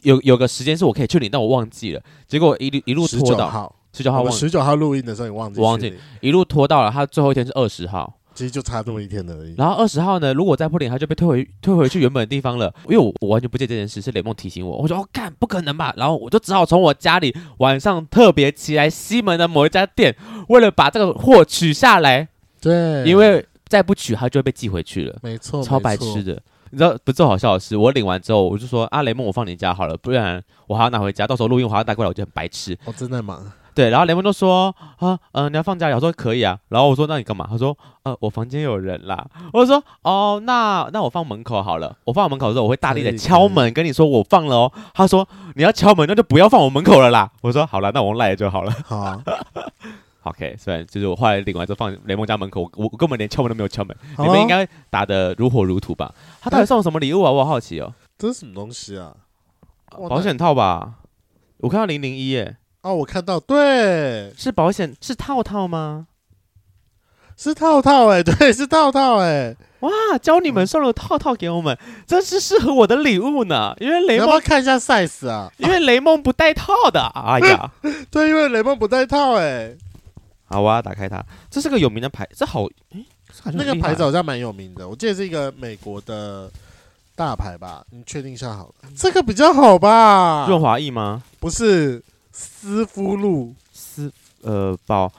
S2: 有有个时间是我可以去领，但我忘记了。结果一路一路
S1: 十九
S2: 拖到
S1: 号，
S2: 十九号
S1: 我们
S2: 忘，
S1: 十九号录音的时候你忘记，
S2: 我忘记，一路拖到了他最后一天是二十号。
S1: 其实就差这么一天而已。
S2: 然后二十号呢，如果我再不领，他就被退回退回去原本的地方了。因为我我完全不记得这件事，是雷梦提醒我，我说哦，干不可能吧。然后我就只好从我家里晚上特别骑来西门的某一家店，为了把这个货取下来，
S1: 对，
S2: 因为再不取他就会被寄回去了。
S1: 没错，
S2: 超白
S1: 没错
S2: 痴的。你知道不是最好笑的是，我领完之后我就说啊，雷蒙我放你家好了，不然我还要拿回家，到时候录音我还要带过来，我就很白痴。
S1: 我正在忙，
S2: 对，然后雷蒙就说啊，嗯、你要放家里，我说可以啊。然后我说那你干嘛？他说呃，我房间有人啦。我就说哦，那那我放门口好了。我放门口的时候，我会大力
S1: 可
S2: 的
S1: 以
S2: 敲门，跟你说我放了哦。他说你要敲门，那就不要放我门口了啦。我说好了，那我用赖就好了。
S1: 好啊，
S2: OK，虽然就是我后来领完之后放雷蒙家门口，我我我根本连敲门都没有敲门。
S1: 好
S2: 你
S1: 啊
S2: 们应该打得如火如荼吧？他到底送了什么礼物啊？我好好奇哦。
S1: 这是什么东西啊？哇
S2: 保险套吧？我看到零零一耶，
S1: 哦，我看到，对，
S2: 是保险是套套吗？
S1: 是套套哎、对，是套套哎、
S2: 哇，教你们送了套套给我们，真是适合我的礼物呢。因为
S1: 你
S2: 雷
S1: 要不要
S2: 梦，
S1: 看一下 size 啊？
S2: 因为雷梦不带套的。哎 呀，
S1: 对，因为雷梦不戴套哎、
S2: 好，我要打开它。这是个有名的牌，这好，诶这好像
S1: 那
S2: 很
S1: 个
S2: 厉害
S1: 牌子好像蛮有名啊的，我记得是一个美国的大牌吧？你确定一下好了，
S2: 嗯
S1: 这个比较好吧？
S2: 润滑液吗？
S1: 不是丝芙露，
S2: 是呃保，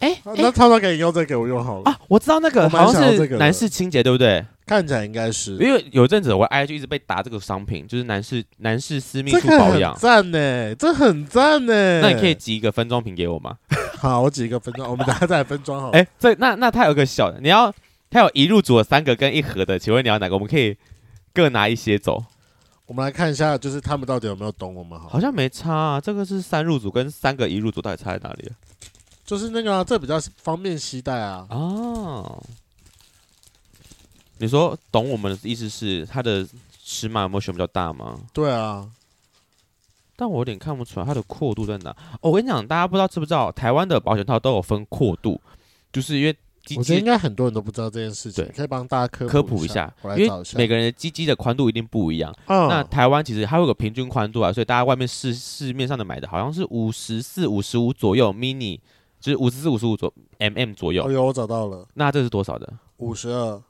S2: 哎
S1: 啊
S2: 哎
S1: 那套套给你用，这个给我用好了，
S2: 啊，我知道那
S1: 我
S2: 个
S1: 蛮
S2: 好
S1: 想要
S2: 像
S1: 这
S2: 是
S1: 个的
S2: 男士清洁，对不对？
S1: 看起来应该是。
S2: 因为有阵子我 IG 一直被打这个商品，就是男士男士私密
S1: 这
S2: 处
S1: 个
S2: 保
S1: 很
S2: 养。
S1: 赞呢、这很赞呢、
S2: 那你可以集一个分装瓶给我吗？
S1: 好，我几个分装，我们大家再来分装好了。
S2: 哎、这那那它有个小的，你要它有一入组的三个跟一盒的，请问你要哪个？我们可以各拿一些走，
S1: 我们来看一下，就是他们到底有没有懂我们好？
S2: 好像没差啊。这个是三入组跟三个一入组，到底差在哪里？啊
S1: 就是那个、啊，这比较方便携带啊。
S2: 哦，你说懂我们的意思是它的尺码有没有选比较大吗？
S1: 对啊，
S2: 但我有点看不出来它的阔度在哪。哦，我跟你讲，大家不知道知不知道，台湾的保险套都有分阔度，就是因为鸡
S1: 我觉得
S2: 鸡
S1: 应该很多人都不知道这件事情，
S2: 对
S1: 可以帮大家科
S2: 科
S1: 普
S2: 普一下，
S1: 我来
S2: 因
S1: 找
S2: 为
S1: 一下。
S2: 每个人的鸡鸡的宽度一定不一样。
S1: 嗯
S2: 那台湾其实它会有个平均宽度啊，所以大家外面市市面上的买的好像是五十四、五十五左右，mini 就是五十四、五十五左 mm 左右。
S1: 哦有，我找到了，
S2: 那这是多少的？
S1: 五十二，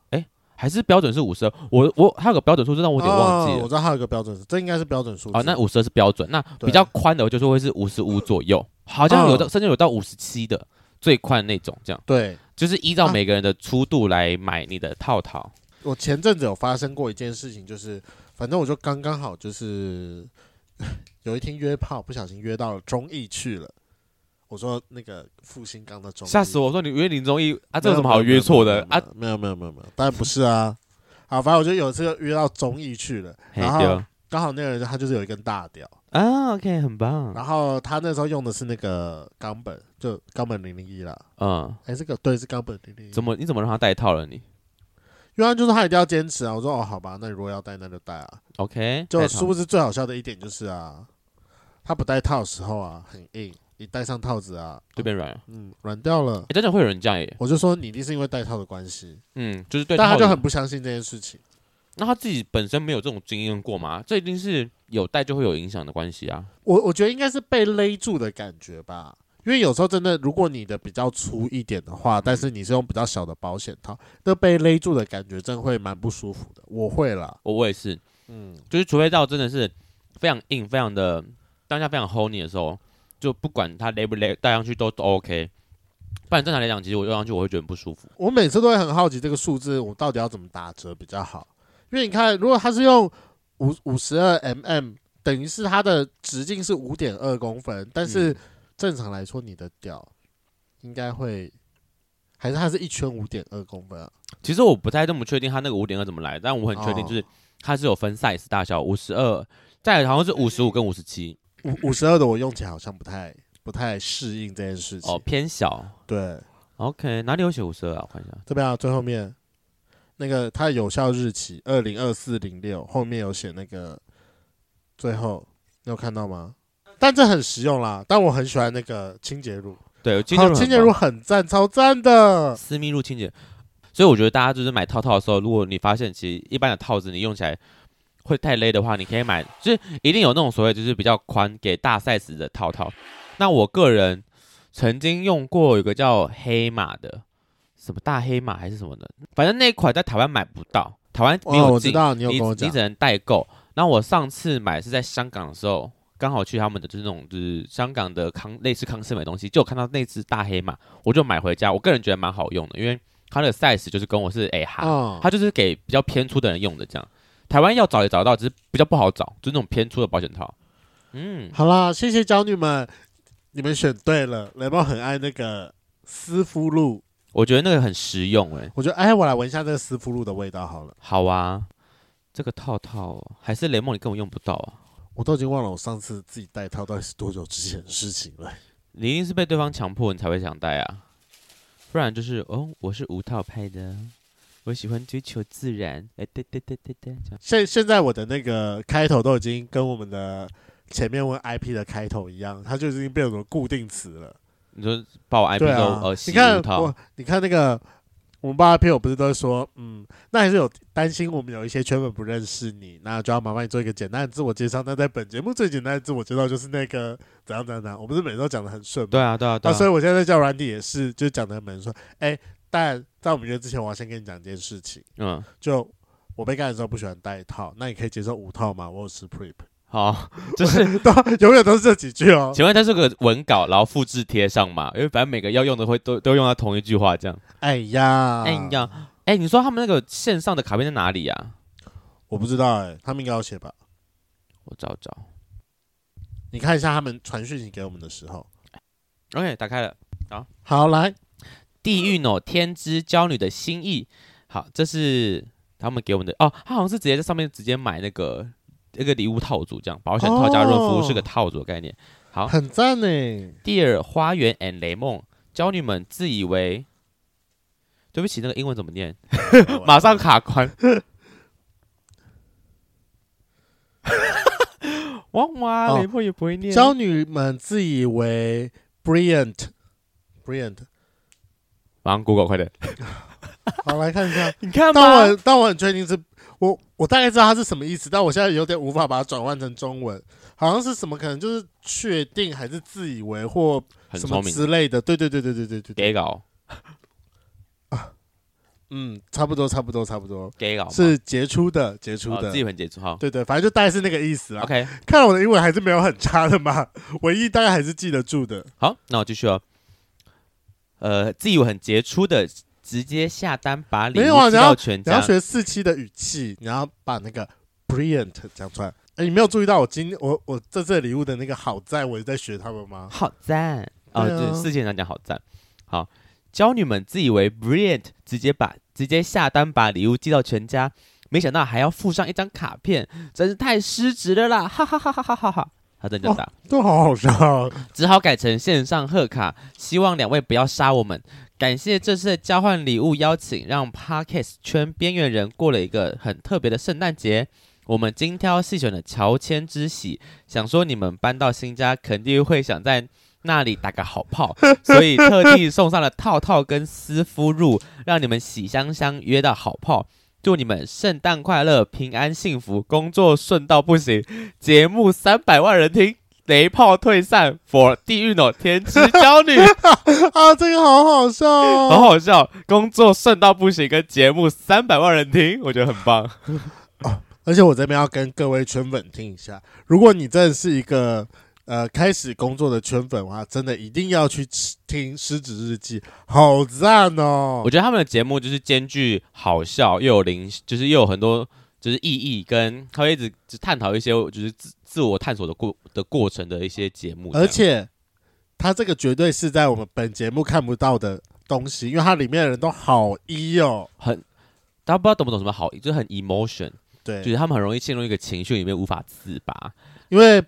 S2: 还是标准是五十二？我我它有个标准数字，但我有点忘记
S1: 哦我
S2: 了。
S1: 知道它有个标准数，这应该是标准数字。
S2: 哦，那五十二是标准，那比较宽的就是会是五十
S1: 嗯
S2: 五左右，好像有到甚至有到五十七的最宽那种，这样
S1: 对，
S2: 就是依照
S1: 啊
S2: 每个人的粗度来买你的套套。
S1: 我前阵子有发生过一件事情，就是反正我就刚刚好就是 有一天约炮，不小心约到了中艺去了。我说那个复兴刚的中艺，
S2: 吓死我！我说你约林中义啊，这有什么好约错的啊？？
S1: 没有没有没有没有，当然不是啊。好，反正我就有一次约到中艺去了，
S2: 啊嘿
S1: 然后
S2: 对哦
S1: 刚好那个人他就是有一根大屌，
S2: 啊，OK，很棒。
S1: 然后他那时候用的是那个冈本，就冈本零零一啦，
S2: 嗯，
S1: 哎，这个对是冈本零零一，
S2: 怎么你怎么让他戴套了你
S1: 因为他就是他一定要坚持啊。我说哦，好吧，那你如果要戴那就戴啊。
S2: ？OK，
S1: 就
S2: 戴套
S1: 殊不知最好笑的一点就是啊，他不戴套的时候啊很硬，一戴上套子啊，
S2: 就变软了。
S1: 嗯软掉了。
S2: 哎，真的会有人这样耶？
S1: 我就说你一定是因为戴套的关系，
S2: 嗯，就是对
S1: 但
S2: 套
S1: 他就
S2: 的
S1: 很不相信这件事情。
S2: 那他自己本身没有这种经验过吗？这一定是有带就会有影响的关系啊。
S1: 我我觉得应该是被勒住的感觉吧，因为有时候真的，如果你的比较粗一点的话，但是你是用比较小的保险套，那被勒住的感觉真会蛮不舒服的。我会啦，
S2: 我我也是，
S1: 嗯，
S2: 就是除非到真的是非常硬、非常的当下非常 hold 你的时候，就不管他勒不勒戴上去都都 OK。不然正常来讲，其实我用上去我会觉得很不舒服。
S1: 我每次都会很好奇这个数字，我到底要怎么打折比较好？因为你看，如果它是用五五十二 mm，等于是它的直径是五点二公分，但是
S2: 嗯
S1: 正常来说，你的屌应该会还是它是一圈五点二公分啊？
S2: 其实我不太那么确定它那个五点二怎么来，但我很确定
S1: 哦
S2: 就是它是有分 size 大小，五十二，再好像是五十五跟五十七，
S1: 五五十二的我用起来好像不太不太适应这件事情。
S2: 哦，偏小。
S1: 对，
S2: OK，哪里有写五十二啊？我看一下。
S1: 这边啊，最后面那个它有效日期二零二四零六，后面有写那个最后，你有看到吗？但这很实用啦，但我很喜欢那个清洁乳，
S2: 对，清洁
S1: 好
S2: 乳很
S1: 清洁
S2: 棒
S1: 乳很赞，超赞的。
S2: 私密入侵者，所以我觉得大家就是买套套的时候，如果你发现其实一般的套子你用起来会太勒的话，你可以买，就是一定有那种所谓就是比较宽给大 size 的套套。那我个人曾经用过有个叫黑马的，什么大黑马还是什么的，反正那一款在台湾买不到，台湾没
S1: 哦
S2: 有
S1: 我知
S2: 进，
S1: 道你有
S2: 你
S1: 跟我
S2: 你
S1: 讲
S2: 只，能代购。那我上次买是在香港的时候，刚好去他们的就是那种就是香港的康类似康师美的东西，就有看到那只大黑马，我就买回家。我个人觉得蛮好用的，因为它的 size 就是跟我是 A 哈、
S1: 嗯
S2: 它就是给比较偏粗的人用的这样。台湾要找也找得到，只是比较不好找，就是那种偏粗的保险套。嗯，
S1: 好啦，谢谢娇女们，你们选对了。雷梦很爱那个丝芙露，
S2: 我觉得那个很实用诶、欸
S1: 我觉得哎，我来闻一下这个丝芙露的味道好了。
S2: 好啊，这个套套哦还是雷梦你根本用不到啊，
S1: 我都已经忘了我上次自己戴套到底是多久之前的事情了。
S2: 你一定是被对方强迫你才会想戴啊，不然就是哦，我是无套派的，我喜欢追求自然。哎，对对对对对，这样
S1: 现现在我的那个开头都已经跟我们的前面问 IP 的开头一样，它就已经变成固定词了。
S2: 你说把我 IP
S1: 对
S2: 都、
S1: 啊，
S2: 呃
S1: 你
S2: 洗
S1: 看
S2: 无套
S1: 我，你看那个我们八 IP，我不是都说，嗯，那还是有担心我们有一些圈粉不认识你，那就要麻烦你做一个简单的自我介绍。那在本节目最简单的自我介绍就是那个怎样怎样怎样，我不是每次都讲的很顺吗？
S2: 对啊对啊对
S1: 啊，所
S2: 啊，
S1: 以我现在在叫软体也是，就讲的很顺。哎，但在我们约之前，我要先跟你讲一件事情，
S2: 嗯，
S1: 就我被干的时候不喜欢戴套，那你可以接受五套吗？我有吃 prep。
S2: 好， 就是
S1: 都永远都是这几句哦。
S2: 请问它是个文稿，然后复制贴上嘛？因为反正每个要用的会都都用到同一句话这样。
S1: 哎呀，
S2: 哎、呀，哎、你说他们那个线上的卡片在哪里啊？
S1: 我不知道哎、他们应该要写吧？
S2: 我找找。
S1: 你看一下他们传讯息给我们的时候。
S2: OK，打开了。
S1: 好，来，
S2: 地狱喏，天之娇女的心意。好，这是他们给我们的哦，他好像是直接在上面直接买那个那个礼物套组，这样保险套加润肤
S1: 哦
S2: 是个套组的概念。好
S1: 很赞哎呢、
S2: ，Dear 花园 and 雷梦，娇女们自以为，对不起，那个英文怎么念？马上 卡关。哇哇，
S1: 哦
S2: 雷梦也不会念。
S1: 娇女们自以为 brilliant，brilliant。
S2: 马上 Google 快点，。
S1: 好，来看一下
S2: 你看
S1: 但我但我很确定是，我我大概知道它是什么意思，但我现在有点无法把它转换成中文，好像是什么，可能就是确定还是自以为或
S2: 很
S1: 什么
S2: 聪明，
S1: 之类的，对对对对对对对对，
S2: gay 搞
S1: 嗯，差不多差不多差不多，
S2: gay 搞
S1: 是杰出的杰出
S2: 哦
S1: 的
S2: 自，己很杰出哈。
S1: 对对，反正就大概是那个意思啦。
S2: OK，
S1: 看来我的英文还是没有很差的嘛，唯一大概还是记得住的。
S2: 好，那我继续哦。呃，自以为很杰出的，直接下单把礼
S1: 没有
S2: 物
S1: 啊
S2: 寄到全
S1: 你
S2: 家。
S1: 要学四七的语气，你要把那个 brilliant 讲出来。哎，你没有注意到我今我我这次的礼物的那个好在，我在学他们吗？
S2: 好赞啊！
S1: 对啊
S2: 对，四千人讲好赞。好，娇女们自以为 brilliant，直接把直接下单把礼物寄到全家，没想到还要附上一张卡片，真是太失职了啦！哈哈哈哈哈哈哈！他真的打，
S1: 都好好笑哦，
S2: 只好改成线上贺卡，希望两位不要杀我们。感谢这次的交换礼物邀请，让 Parkes 圈边缘人过了一个很特别的圣诞节。我们精挑细选的乔迁之喜，想说你们搬到新家肯定会想在那里打个好炮，所以特地送上了套套跟丝芙露，让你们喜香香约到好炮。祝你们圣诞快乐，平安幸福，工作顺到不行，节目三百万人听，雷炮退散，for 地狱哦，天之娇 女。
S1: 啊，这个好好笑
S2: 好
S1: 哦。
S2: 好笑，工作顺到不行，跟节目三百万人听，我觉得很棒。
S1: 而且我这边要跟各位圈粉听一下，如果你真的是一个呃开始工作的圈粉的话，真的一定要去吃听《狮子日记》，好赞哦
S2: 我！觉得他们的节目就是兼具好笑，又有灵，就是又有很多就是意义，跟他会一直只探讨一些就是自自我探索的过的过程的一些节目。
S1: 而且他这个绝对是在我们本节目看不到的东西，因为它里面的人都好一哦。
S2: 很大家不知道懂不懂什么好，就是很 emotion，
S1: 对，
S2: 就是他们很容易陷入一个情绪里面无法自拔。
S1: 因为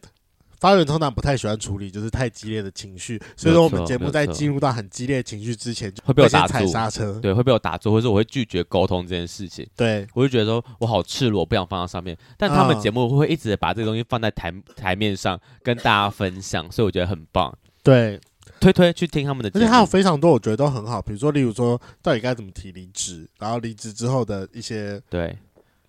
S1: 发源通常不太喜欢处理就是太激烈的情绪，所以说我们节目在进入到很激烈的情绪之前，就
S2: 会被我
S1: 先
S2: 打
S1: 踩
S2: 住
S1: 刹车。
S2: 对，会被我打住，或者是我会拒绝沟通这件事情。
S1: 对，
S2: 我就觉得说我好赤裸，不想放到上面。但他们
S1: 嗯
S2: 节目会一直把这个东西放在台台面上跟大家分享，所以我觉得很棒。
S1: 对，
S2: 推推去听他们的
S1: 而
S2: 节目，
S1: 且还有非常多我觉得都很好，比如说，例如说，到底该怎么提离职，然后离职之后的一些
S2: 对，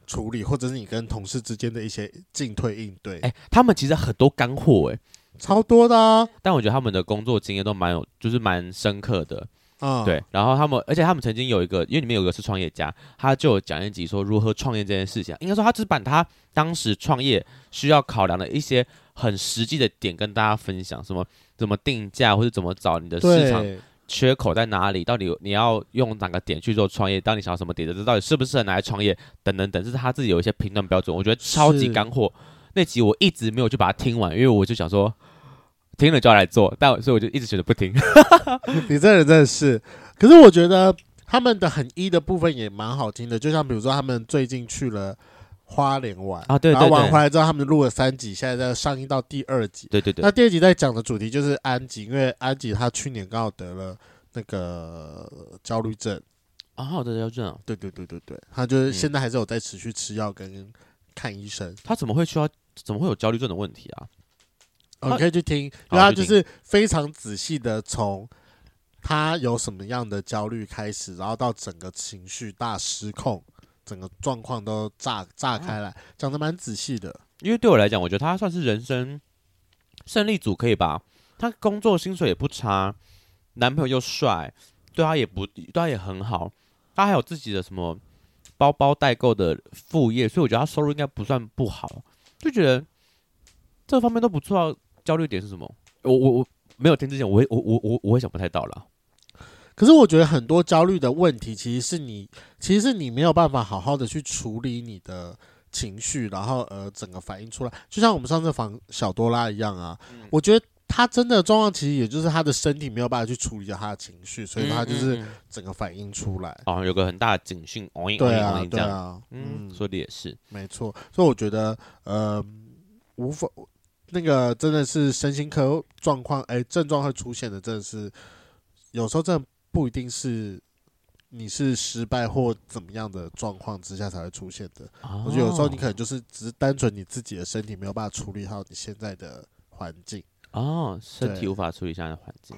S1: 处理，或者是你跟同事之间的一些进退应对，
S2: 哎、他们其实很多干货哎、
S1: 超多的啊！
S2: 但我觉得他们的工作经验都蛮有，就是蛮深刻的。
S1: 嗯，
S2: 对，然后他们，而且他们曾经有一个，因为里面有一个是创业家，他就有讲一集说如何创业这件事情啊。应该说他只是把他当时创业需要考量的一些很实际的点跟大家分享，什么怎么定价，或者怎么找你的市场
S1: 对，
S2: 缺口在哪里，到底你要用哪个点去做创业，当你想要什么点子，这到底适不适合拿来创业，等等等，这是他自己有一些评断标准，我觉得超级
S1: 是
S2: 干货。那集我一直没有去把它听完，因为我就想说听了就要来做，但所以我就一直选择不听。
S1: 你这人真的是，可是我觉得他们的很 E 一的部分也蛮好听的，就像比如说他们最近去了花莲玩
S2: 啊对对
S1: 然后玩
S2: 对
S1: 回来之后，他们录了三集，现在在上映到第二集。
S2: 对对对
S1: 那，第二集在讲的主题就是安吉，因为安吉他去年刚好得了那个焦虑症，
S2: 啊，好的，要这样，
S1: 对对对对对，他就是
S2: 嗯
S1: 现在还是有在持续吃药跟看医生。
S2: 他怎么会需要，怎么会有焦虑症的问题啊？
S1: 哦，
S2: 他
S1: 你可以去听，因为他
S2: 好
S1: 就
S2: 去
S1: 是非常仔细的从他有什么样的焦虑开始，然后到整个情绪大失控，整个状况都炸炸开来，讲的蛮仔细的。
S2: 因为对我来讲，我觉得他算是人生胜利组可以吧。他工作薪水也不差，男朋友又帅，对他也不对他也很好，他还有自己的什么包包代购的副业，所以我觉得他收入应该不算不好，就觉得这方面都不错啊。焦虑点是什么？我我我没有听之前，我会我我我我会想不太到了。
S1: 可是我觉得很多焦虑的问题，其实是你，其实是你没有办法好好的去处理你的情绪，然后呃，整个反映出来。就像我们上次访小多拉一样啊，
S2: 嗯
S1: 我觉得他真的状况其实也就是他的身体没有办法去处理掉他的情绪，所以他
S2: 嗯
S1: 就是整个反映出来。
S2: 哦，有个很大的警讯，哦一哦
S1: 对
S2: 一
S1: 啊
S2: 哦，一这
S1: 对
S2: 样，
S1: 啊，
S2: 嗯，
S1: 嗯，
S2: 说的也是。
S1: 没错，所以我觉得，呃，无法那个真的是身心科状况，哎、症状会出现的，真的是有时候真的不一定是你是失败或怎么样的状况之下才会出现的。
S2: 哦啊
S1: 我觉得有时候你可能就是只是单纯你自己的身体没有办法处理好你现在的环境，
S2: 哦，身体
S1: 对
S2: 无法处理现在的环境。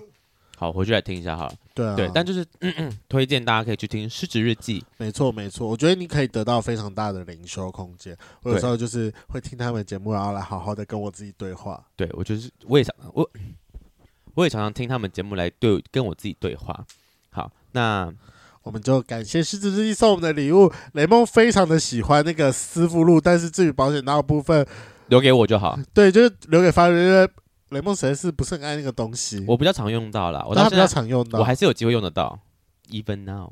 S2: 好，回去来听一下好了。
S1: 对啊，
S2: 对，但就是 嗯嗯，推荐大家可以去听《失职日记》。
S1: 没错，没错，我觉得你可以得到非常大的灵修空间。我有时候就是会听他们节目，然后来好好的跟我自己对话。
S2: 对我就是我也想我，我也常常听他们节目来对跟我自己对话。好，那
S1: 我们就感谢狮子日记送我们的礼物。雷梦非常的喜欢那个丝芙露，但是至于保险套的部分，
S2: 留给我就好，
S1: 对，就是留给发人，因为雷梦实在是不是很爱那个东西，
S2: 我比较常用到啦，我
S1: 但
S2: 到
S1: 他比
S2: 现
S1: 较
S2: 在
S1: 常用到。
S2: 我还是有机会用得到，even now。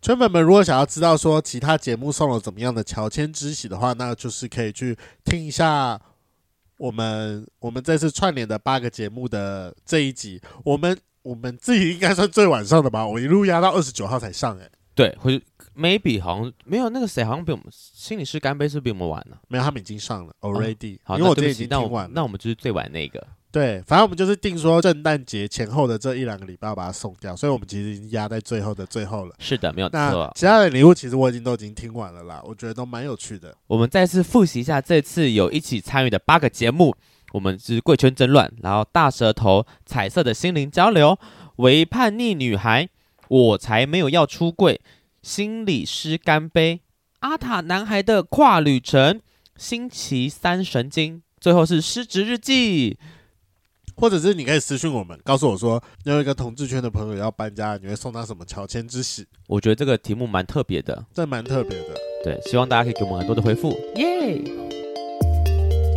S1: 圈粉们如果想要知道说其他节目送了怎么样的乔迁之喜的话，那就是可以去听一下我们我们这次串联的八个节目的这一集。我们我们自己应该算最晚上的吧，我一路压到二十九号才上、欸，
S2: 对，或者 maybe 好像没有那个谁，好像比我们心理师干杯是不是比我们晚呢、
S1: 没有，他们已经上了 already，、
S2: 哦好，
S1: 因为我这
S2: 那对
S1: 边
S2: 不
S1: 已
S2: 起
S1: 经，
S2: 那
S1: 听
S2: 我
S1: 完了。
S2: 那我们就是最晚那个。
S1: 对，反正我们就是定说圣诞节前后的这一两个礼拜要把它送掉，所以我们其实已经压在最后的最后了。
S2: 是的，没有
S1: 那
S2: 错。
S1: 其他的礼物其实我已经都已经听完了啦，我觉得都蛮有趣的。
S2: 我们再次复习一下这次有一起参与的八个节目，我们是贵圈争乱，然后大舌头、彩色的心灵交流、为叛逆女孩、我才没有要出柜、心理师干杯、阿塔男孩的跨旅程、星期三神经，最后是失职日记。
S1: 或者是你可以私信我们，告诉我说你有一个同志圈的朋友要搬家，你会送他什么乔迁之喜？
S2: 我觉得这个题目蛮特别的，
S1: 这蛮特别的。
S2: 对，希望大家可以给我们很多的回复。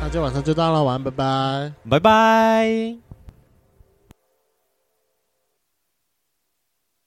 S1: 那今天晚上就到了，晚安，拜拜。
S2: 拜拜。